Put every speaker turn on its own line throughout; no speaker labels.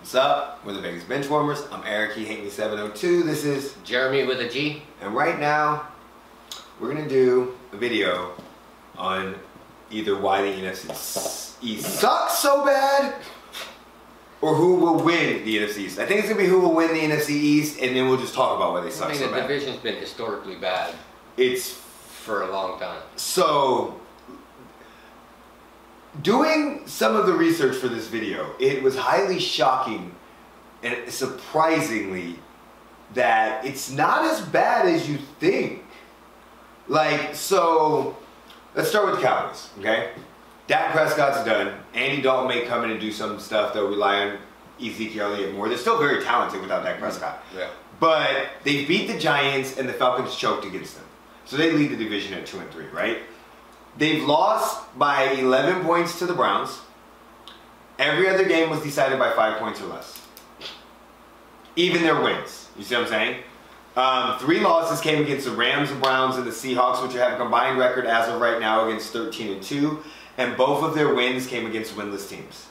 What's up? We're the Vegas Benchwarmers. I'm Eric. He hate me 702. This is,
Jeremy with a G.
and right now, we're gonna do a video on either why the NFC s- East E sucks so bad, or who will win the NFC East. I think it's gonna be who will win the NFC East, and then we'll just talk about why they
I
suck
mean,
so
the
bad.
division's been historically bad
It's
for a long time.
So, doing some of the research for this video, it was highly shocking and surprisingly that it's not as bad as you think. Like, so let's start with the Cowboys, okay? Dak Prescott's done. Andy Dalton may come in and do some stuff. They'll rely on Ezekiel Elliott more. They're still very talented without Dak Prescott.
Yeah.
But they beat the Giants and the Falcons choked against them. So they lead the division at 2 and 3, right? They've lost by 11 points to the Browns. Every other game was decided by 5 points or less. Even their wins. You see what I'm saying? Um, three losses came against the Rams, the Browns, and the Seahawks, which have a combined record as of right now against 13 and 2. And both of their wins came against winless teams.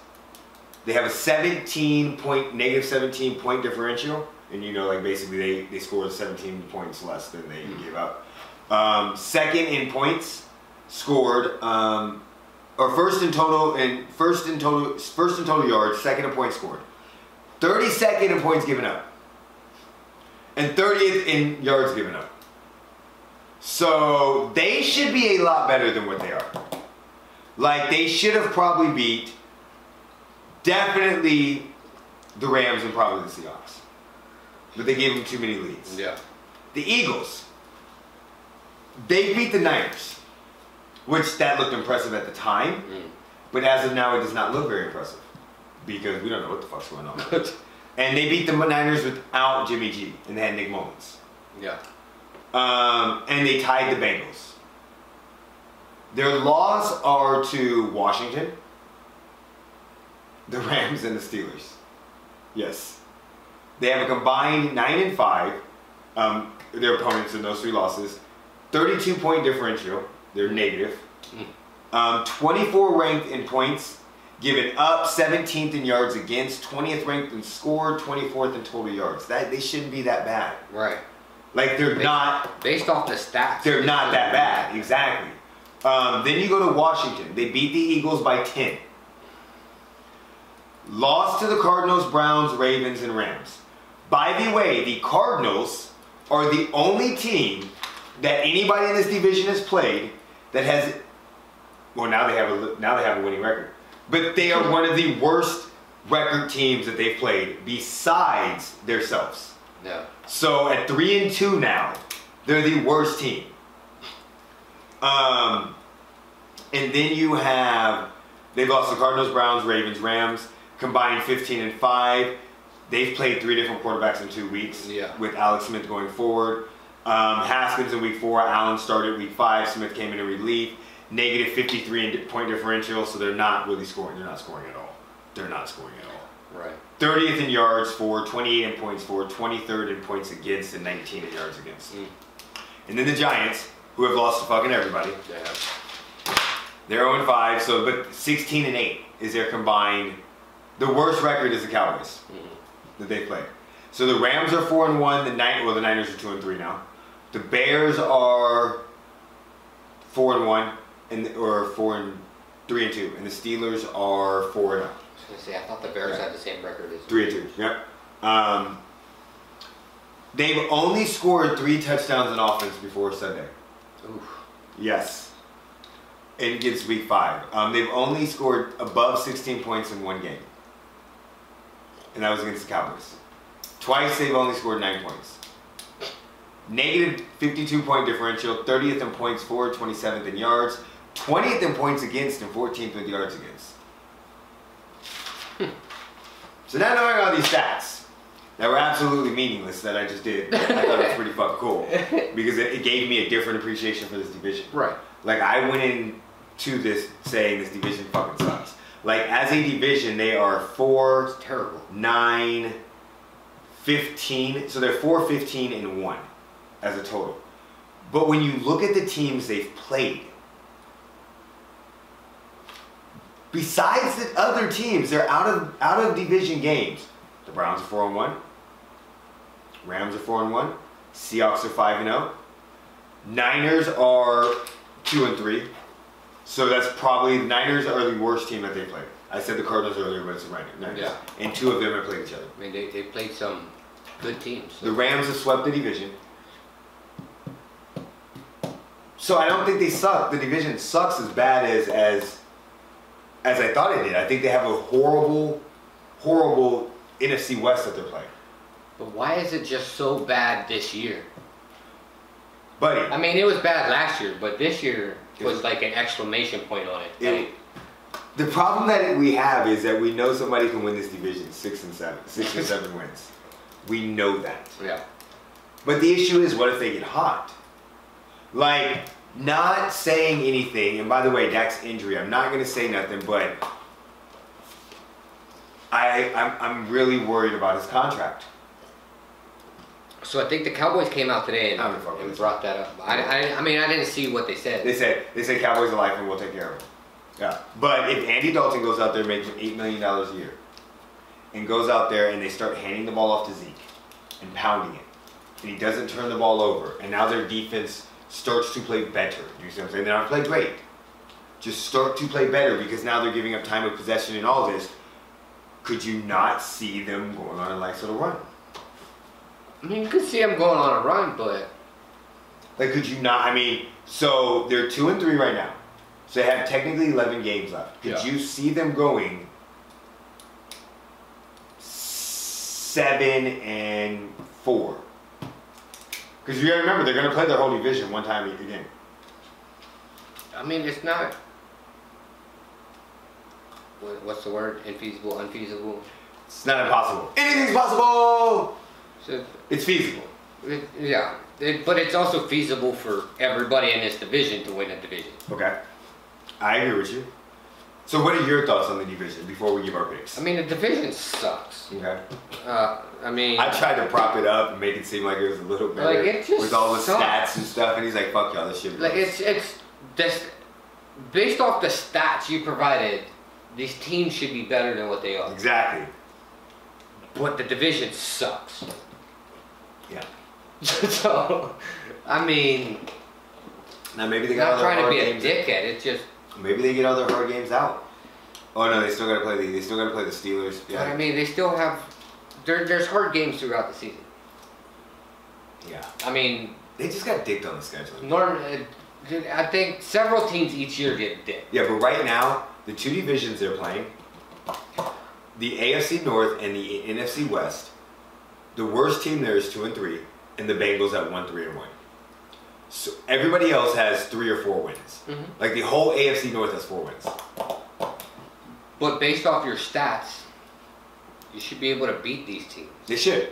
They have a 17 point, negative 17 point differential. And you know, like basically they, they scored 17 points less than they gave up. Um, second in points scored, um, or first in total, and first in total, first in total yards, second in points scored. 32nd in points given up. And 30th in yards given up. So they should be a lot better than what they are. Like they should have probably beat definitely the Rams and probably the Seahawks. But they gave them too many leads.
Yeah.
The Eagles. They beat the Niners. Which that looked impressive at the time.
Mm.
But as of now, it does not look very impressive because we don't know what the fuck's going on. and they beat the Niners without Jimmy G, and they had Nick Mullins.
yeah.
Um, and they tied the Bengals. Their laws are to Washington, the Rams, and the Steelers. Yes. They have a combined 9 and 5, um, their opponents in those three losses. 32 point differential, they're negative. Um, 24 ranked in points, given up, 17th in yards against, 20th ranked in scored, 24th in total yards. That They shouldn't be that bad.
Right.
Like, they're not
Based off the stats.
they're not that bad, exactly. Um, then you go to Washington. They beat the Eagles by 10. Lost to the Cardinals, Browns, Ravens, and Rams. By the way, the Cardinals are the only team that anybody in this division has played that has. Well, now they have a now they have a winning record, but they are one of the worst record teams that they've played besides themselves.
Yeah.
So at three and two now, they're the worst team. Um, and then you have they've lost the Cardinals, Browns, Ravens, Rams, combined 15 and five. They've played three different quarterbacks in two weeks.
Yeah.
With Alex Smith going forward, um, Haskins in week four, Allen started week five. Smith came in in relief. Negative 53 in point differential, so they're not really scoring. They're not scoring at all. They're not scoring at all.
Right.
30th in yards for, 28 in points for, 23rd in points against, and 19 in yards against.
Mm.
And then the Giants, who have lost to fucking everybody,
Yeah.
they're 0 and 5, so but 16 and 8 is their combined. The worst record is the Cowboys that they play. So the Rams are 4 and 1, the Niners, well, the Niners are 2 and 3 now. The Bears are 4 and 1, and the, or 4 and 3 and 2, and the Steelers are 4 and oh. 0.
I was gonna say I thought the Bears had the same record as.
Three and two. Yep. Um, they've only scored three touchdowns in offense before Sunday.
Oof.
Yes. And gets week five. Um, they've only scored above 16 points in one game. And that was against the Cowboys. Twice they've only scored nine points. Negative 52 point differential, 30th in points for, 27th in yards, 20th in points against, and 14th in yards against. So now knowing all these stats that were absolutely meaningless that I just did, I thought it was pretty fucking cool because it, it gave me a different appreciation for this division.
Right.
Like I went in to this saying this division fucking sucks. Like as a division, they are four,
Terrible.
nine, fifteen. So they're four, fifteen, and one as a total. But when you look at the teams they've played, besides the other teams, they're out of out of division games. The Browns are four and one. Rams are four and one. Seahawks are five and zero. Niners are two and three. So that's probably the Niners are the worst team that they played. I said the Cardinals earlier, but it's the Niners.
Yeah.
And two of them have played each other.
I mean, they, they played some good teams.
The Rams have swept the division. So I don't think they suck. The division sucks as bad as as as I thought it did. I think they have a horrible, horrible NFC West that they're playing.
But why is it just so bad this year? I
Buddy,
mean, it was bad last year, but this year
Yes.
was like an exclamation point on it.
It-
Like,
the problem that we have is that we know somebody can win this division six and seven, six and seven wins. We know that.
yeah.
But the issue is, what if they get hot? Like, not saying anything. And by the way, Dak's injury. I'm not gonna say nothing, but I I'm, I'm really worried about his contract.
So I think the Cowboys came out today and,
I don't fuck with
and
it.
brought that up. I, I, I mean, I didn't see what they said.
They said they said Cowboys are life and we'll take care of him. Yeah. But if Andy Dalton goes out there making eight million dollars a year, and goes out there and they start handing the ball off to Zeke and pounding it, and he doesn't turn the ball over, and now their defense starts to play better. You see what I'm saying? They don't play great. Just start to play better because now they're giving up time of possession and all this. Could you not see them going on a nice little run?
I mean, you could see them going on a run, but
Like, could you not? I mean, so they're two and three right now. So they have technically 11 games left. Could
Yeah.
you see them going seven and four? Because you gotta remember, they're gonna play their whole division one time again.
I mean, it's not. What, what's the word? Infeasible, unfeasible.
It's not impossible. Anything's possible!
So,
It's feasible.
it, yeah, it, but it's also feasible for everybody in this division to win a division.
Okay. I agree with you. So, what are your thoughts on the division before we give our picks?
I mean, the division sucks.
Okay.
Uh, I mean,
I tried to prop it up and make it seem like it was a little better
Like, it just
with all the
sucks.
stats and stuff, and he's like, "Fuck y'all, this shit."
like it's it's this based off the stats you provided. These teams should be better than what they are.
exactly.
But the division sucks.
Yeah.
so, I mean,
Now maybe they got all
not
their
trying to
hard
be a
games.
dickhead. It's just
Maybe they get all their hard games out. Oh no, they still gotta play the. They still gotta play the Steelers. Yeah.
But I mean, they still have. There, there's hard games throughout the season.
yeah.
I mean,
They just got dicked on the schedule.
norm. uh, I think several teams each year get dipped.
Yeah, but right now the two divisions they're playing, the AFC North and the NFC West, the worst team there is two and three, and the Bengals at one three and one. So everybody else has three or four wins.
Mhm.
Like the whole AFC North has four wins.
But based off your stats, you should be able to beat these teams.
They should.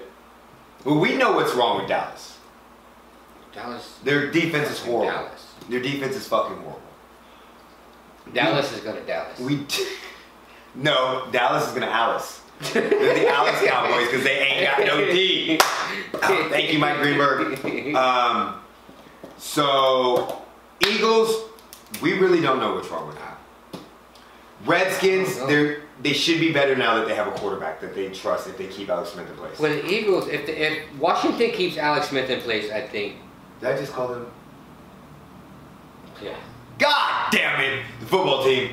But we know what's wrong with Dallas.
Dallas.
Their defense is horrible.
Dallas.
Their defense is fucking horrible.
Dallas is going to Dallas.
We d- no Dallas is gonna Alice. They're the Alice Cowboys because they ain't got no D. Oh, thank you, Mike Greenberg. Um, so Eagles, we really don't know what's wrong with them. Redskins, they they should be better now that they have a quarterback that they trust if they keep Alex Smith in place.
With the Eagles, if, the, if Washington keeps Alex Smith in place, I think.
Did I just call them?
Yeah.
God damn it! The football team.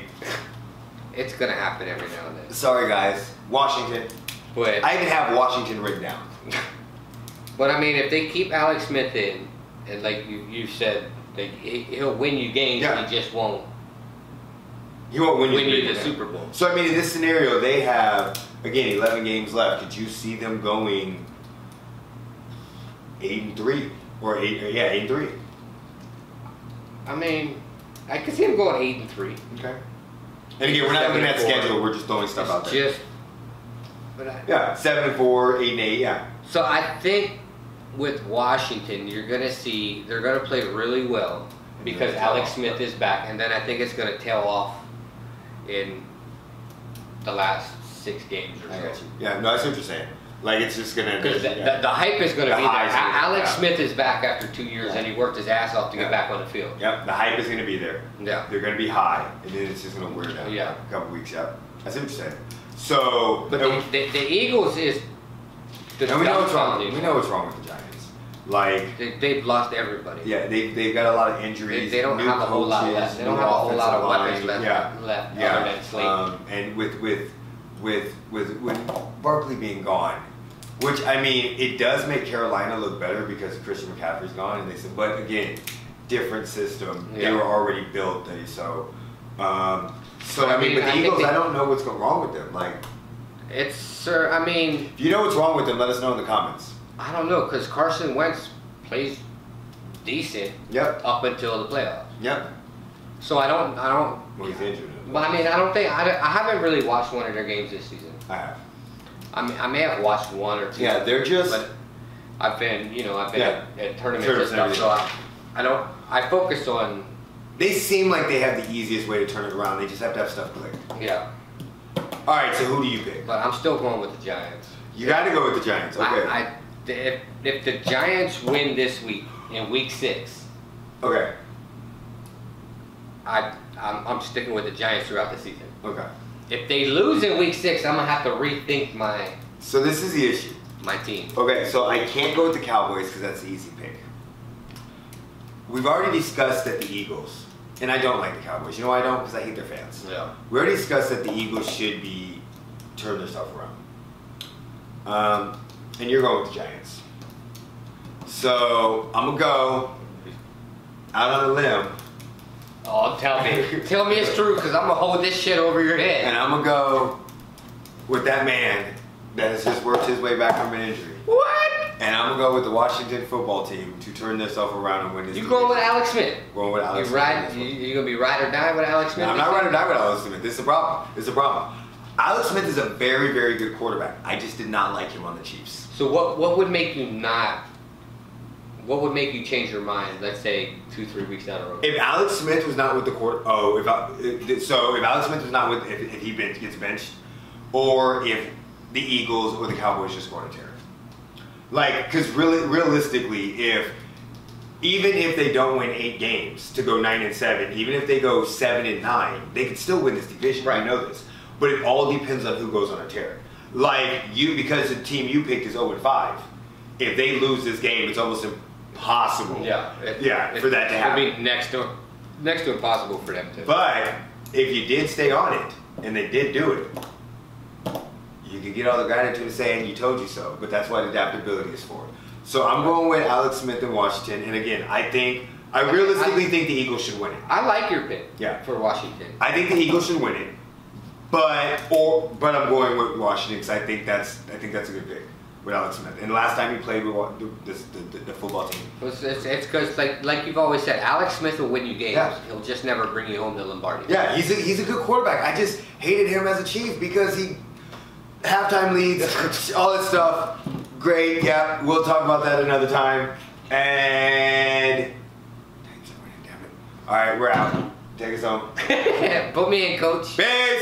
It's going to happen every now and then.
Sorry guys, Washington.
But
I even have Washington written down.
But I mean, if they keep Alex Smith in, and like you, you said, like he, he'll win you games,
Yeah.
he just won't
You won't win,
win
your
you the
division.
Super Bowl.
So I mean, in this scenario, they have again 11 games left. Could you see them going eight and three or eight? Yeah, eight and three.
I mean, I could see him going eight and three.
Okay. And again, we're not looking at
Seven and four.
schedule. We're just throwing stuff out
It's
there.
just, but I,
Yeah, seven and four, eight and eight. Yeah.
so I think with Washington, you're gonna see they're gonna play really well because
then tail
Alex
off.
Smith is back, and then I think it's gonna tail off in the last six games or so.
Yeah. No, that's what you're saying. Like it's just gonna.
Because the,
yeah.
the, the hype is going to
The
be there.
highs are
A-
gonna-
Alex
yeah.
Smith is back after two years, and he worked his ass off to
Yeah.
get back on the field.
Yep, the hype is gonna be there.
Yeah.
They're gonna be high, and then it's just gonna wear down.
Yeah.
A couple weeks. Yep. I see what you're saying. So
But
and-
the, the, the Eagles is the
and we know what's wrong.
dumbfounded.
We know what's wrong with the Giants. Like
They, they've lost everybody.
yeah, they they've got a lot of
They,
injuries.
they don't
new
have a whole lot
coaches,
left. They
new
don't have a whole lot of
offensive
weapons left,
lines. Yeah,
left other than Slate.
yeah. Um, and with with with with with Barkley being gone, which I mean, it does make Carolina look better because Christian McCaffrey's gone, and they said, but again, different system. They
Yeah.
were already built, they so. Um, so
But,
I mean, with the
think
Eagles,
they-
I don't know what's going wrong with them. Like,
it's sir. I mean,
if you know what's wrong with them, let us know in the comments.
I don't know because Carson Wentz plays decent
Yep,
up until the playoffs.
yep.
So I don't, I don't.
Well, he's injured.
Well, I mean, I don't think I, I haven't really watched one of their games this season.
I have.
I mean, I may have watched one or two.
Yeah, they're just.
but I've been, you know, I've been
Yeah.
at, at tournaments
Tournaments
and
and
stuff, so I, I don't. I focus on
They seem like they have the easiest way to turn it around. They just have to have stuff click.
yeah,
All right, so who do you pick?
but I'm still going with the Giants.
You got to go with the Giants. Okay.
I, I, if if the Giants win this week in Week Six,
okay.
I I'm, I'm sticking with the Giants throughout the season.
Okay.
If they lose in Week Six, I'm gonna have to rethink my
So this is the issue.
my team.
Okay, so I can't go with the Cowboys because that's the easy pick. We've already discussed that the Eagles, and I don't like the Cowboys. You know why I don't? Because I hate their fans.
Yeah.
We already discussed that the Eagles should be turn their stuff around. Um, and you're going with the Giants. So I'm gonna go out on a limb,
Oh, tell me, tell me it's true, cause I'm gonna hold this shit over your
and
head.
I'm gonna go with that man that has just worked his way back from an injury.
What?
And I'm gonna go with the Washington football team to turn this off around and win this.
You
division.
going with Alex Smith?
Going with Alex
you
Smith.
ride? You, you gonna be ride or die with Alex Smith?
I'm
this
not
year?
running down with Alex Smith. This is a problem. It's a problem. Alex Smith is a very, very good quarterback. I just did not like him on the Chiefs.
So what what would make you not? What would make you change your mind? Let's say two three weeks down the road.
If Alex Smith was not with the court, oh, if I, if- so, if Alex Smith was not with, if, if he bench, gets benched, or if the Eagles or the Cowboys just scored a tear, like, because really, realistically, if even if they don't win eight games to go nine and seven, even if they go seven and nine, they could still win this division. I
Right.
know this, but it all depends on who goes on a tear. Like you, because the team you picked is zero and five. If they lose this game, it's almost impossible.
yeah, it-
yeah,
it-
for that to happen.
It'd be next to next to impossible for them to.
But if you did stay on it and they did do it, you could get all the gratitude of saying you told you so. But that's what adaptability is for. So I'm going with Alex Smith in Washington. And again, I think I realistically think the Eagles should win it.
I like your pick.
Yeah.
For Washington.
I think the Eagles should win it. But or but I'm going with Washington because I think that's I think that's a good pick with Alex Smith. And last time he played with Wa- the, the, the, the football team,
It's because like like you've always said, Alex Smith will win you games.
Yeah.
He'll just never bring you home to Lombardi.
Yeah, he's a, he's a good quarterback. I just hated him as a Chief because he halftime leads, all that stuff. Great, yeah, we'll talk about that another time. And damn it. all right, we're out. Take us home.
Put me in, coach.
Peace.